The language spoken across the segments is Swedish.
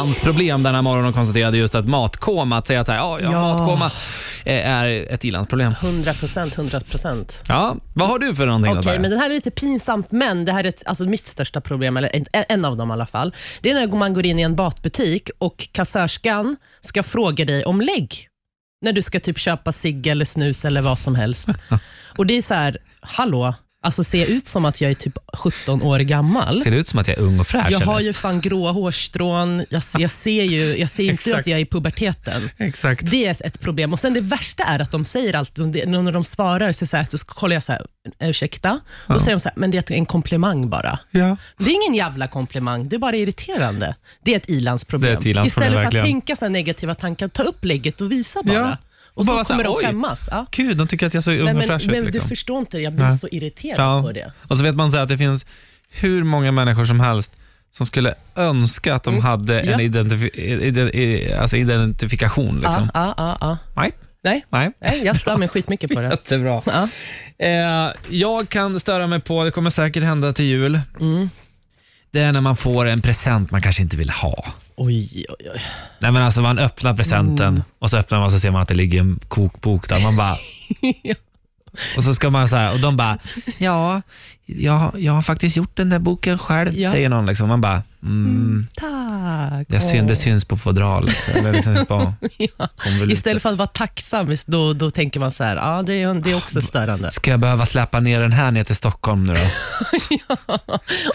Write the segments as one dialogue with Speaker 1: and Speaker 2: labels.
Speaker 1: Hans problem den här morgonen konstaterade just att matkoma, att säga att så här, "Ja, ja,
Speaker 2: Ja.
Speaker 1: matkoma eh, är ett i-landsproblem.
Speaker 2: 100 procent, 100 procent.
Speaker 1: Ja, vad har du för någonting
Speaker 2: Okej,
Speaker 1: att säga?
Speaker 2: men det här är lite pinsamt, men det här är ett, alltså mitt största problem, eller en, en av dem i alla fall. Det är när man går in i en batbutik och kassörskan ska fråga dig om lägg. När du ska typ köpa cigg eller snus eller vad som helst. Och det är så här, hallå? Alltså ser jag ut som att jag är typ 17 år gammal?
Speaker 1: Ser det ut som att jag är ung och fräsch?
Speaker 2: Jag har
Speaker 1: eller?
Speaker 2: ju fan gråa hårstrån, jag, jag ser ju jag ser inte
Speaker 1: Exakt.
Speaker 2: att jag är i puberteten.
Speaker 1: Exakt.
Speaker 2: Det är ett, ett problem. Och sen Det värsta är att de säger alltid, de- när de svarar, så, så, här, så kollar jag så här, ursäkta, och då säger de så här, men det är en komplimang bara.
Speaker 1: Ja.
Speaker 2: Det är ingen jävla komplimang, det är bara irriterande. Det är ett
Speaker 1: Det är
Speaker 2: ilandsproblem.
Speaker 1: ett i-landsproblem,
Speaker 2: Istället för
Speaker 1: verkligen.
Speaker 2: att tänka så här negativa tankar, ta upp lägget och visa bara.
Speaker 1: Ja. Och
Speaker 2: Och så
Speaker 1: bara så här,
Speaker 2: kommer
Speaker 1: "Oj."
Speaker 2: de skämmas. Ja.
Speaker 1: Gud, de tycker att jag ser ung
Speaker 2: Nej,
Speaker 1: och
Speaker 2: men
Speaker 1: fräsch
Speaker 2: men
Speaker 1: ut. Liksom.
Speaker 2: du förstår inte, jag blir
Speaker 1: Nej.
Speaker 2: så irriterad på
Speaker 1: Ja.
Speaker 2: det.
Speaker 1: Och så vet man så här att det finns hur många människor som helst som skulle önska att de hade en
Speaker 2: Mm. Ja.
Speaker 1: identifi- ide- i- alltså identifikation. Liksom.
Speaker 2: Ja, ja, ja, ja.
Speaker 1: Nej.
Speaker 2: Nej.
Speaker 1: Nej.
Speaker 2: Nej, jag stör mig skitmycket på det.
Speaker 1: Jättebra.
Speaker 2: Ja.
Speaker 1: Eh, jag kan störa mig på, det kommer säkert hända till jul,
Speaker 2: Mm.
Speaker 1: det är när man får en present man kanske inte vill ha.
Speaker 2: Oj, oj, oj.
Speaker 1: Nej men alltså man öppnar presenten
Speaker 2: Mm.
Speaker 1: och så öppnar man och så ser man att det ligger en kokbok där. Man bara...
Speaker 2: Ja.
Speaker 1: Och så ska man så här, och de bara, ja, jag, jag har faktiskt gjort den där boken själv,
Speaker 2: Ja. Mm.
Speaker 1: säger någon. Liksom. Man bara, mm,
Speaker 2: Tack.
Speaker 1: det, syns, det syns på fodralet. Eller liksom på
Speaker 2: Ja.
Speaker 1: konvolutet.
Speaker 2: Istället för att vara tacksam, visst, då, då tänker man så här, ja, det, är, det är också störande.
Speaker 1: Ska jag behöva släpa ner den här ner till Stockholm nu då?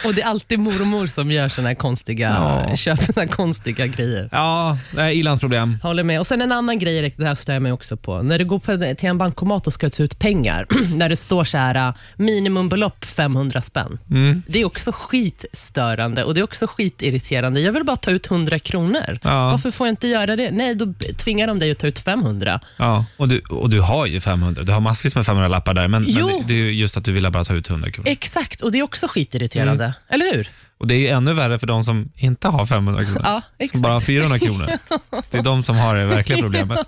Speaker 2: Och det är alltid mormor som gör såna här konstiga,
Speaker 1: Ja.
Speaker 2: köper såna här konstiga grejer.
Speaker 1: Ja, det är ilandsproblem.
Speaker 2: Håller med. Och sen en annan grej, Erik, det här stör jag mig också på. När du går på, till en bankomat och ska ta ut pengar, när det står så här äh, minimumbelopp 500 spänn.
Speaker 1: Mm.
Speaker 2: Det är också skitstörande och det är också skitirriterande. Jag vill bara ta ut 100 kronor.
Speaker 1: Ja.
Speaker 2: Varför får jag inte göra det? Nej, då b- tvingar de dig att ta ut 500.
Speaker 1: Ja, och du, och du har ju 500, du har massvis med 500 lappar där, men, men
Speaker 2: Jo.
Speaker 1: det- det är ju just att du vill bara ta ut 100 kronor.
Speaker 2: Exakt, och det är också skitirriterande.
Speaker 1: Mm.
Speaker 2: Eller hur?
Speaker 1: Och det är ju ännu värre för de som inte har 500 kronor.
Speaker 2: Ja,
Speaker 1: Som
Speaker 2: exakt.
Speaker 1: bara har 400 kronor. Det är de som har det verkliga problemet.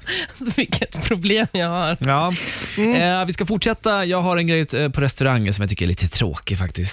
Speaker 2: Vilket problem jag har. Mm.
Speaker 1: Ja. Eh, vi ska fortsätta. Jag har en grej eh, på restaurangen som jag tycker är lite tråkig faktiskt.